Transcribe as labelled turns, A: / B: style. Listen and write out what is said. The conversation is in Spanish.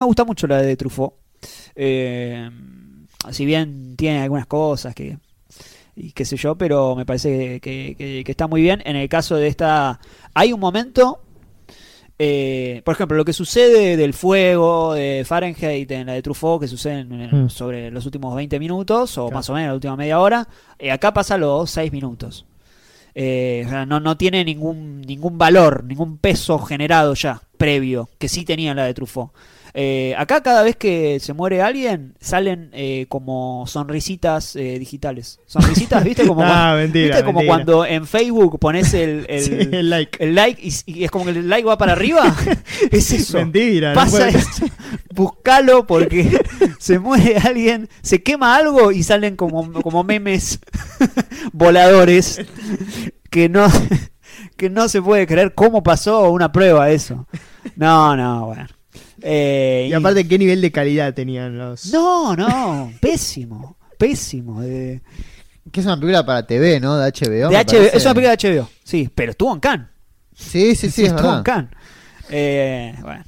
A: me gusta mucho la de Truffaut. Eh, si bien tiene algunas cosas que y qué sé yo, pero me parece que, que- que está muy bien. En el caso de esta, hay un momento, eh, por ejemplo, lo que sucede del fuego de Fahrenheit en la de Truffaut, que sucede en- en-
B: Mm.
A: sobre los últimos 20 minutos, o
B: Claro.
A: más o menos la última media hora, eh, acá pasa los 6 minutos. Eh, o sea, no, no tiene ningún, ningún valor, ningún peso generado ya, previo, que sí tenía la de Truffaut. Eh, acá cada vez que se muere alguien salen eh, como sonrisitas eh, digitales. Sonrisitas, ¿viste? Como,
B: Ah,
A: cuando,
B: mentira,
A: ¿viste? como
B: mentira.
A: cuando en Facebook pones el, el,
B: Sí, el like.
A: el like y, y es como que el like va para arriba. es eso.
B: Mentira. no
A: Pasa
B: puede-
A: eso. Buscalo porque se muere alguien, se quema algo y salen como, como memes voladores que no, que no se puede creer cómo pasó una prueba eso. No, no, bueno. Eh,
B: Y aparte, ¿qué nivel de calidad tenían los...?
A: No, no, pésimo, pésimo. eh.
C: Que es una película para TV, ¿no? De
A: De
C: HBO.
A: HBO,
C: me
A: es
C: parece.
A: una película de HBO, sí, pero estuvo en Cannes.
C: Sí, sí, sí, es
A: estuvo en
C: verdad.
A: Cannes. Eh, bueno,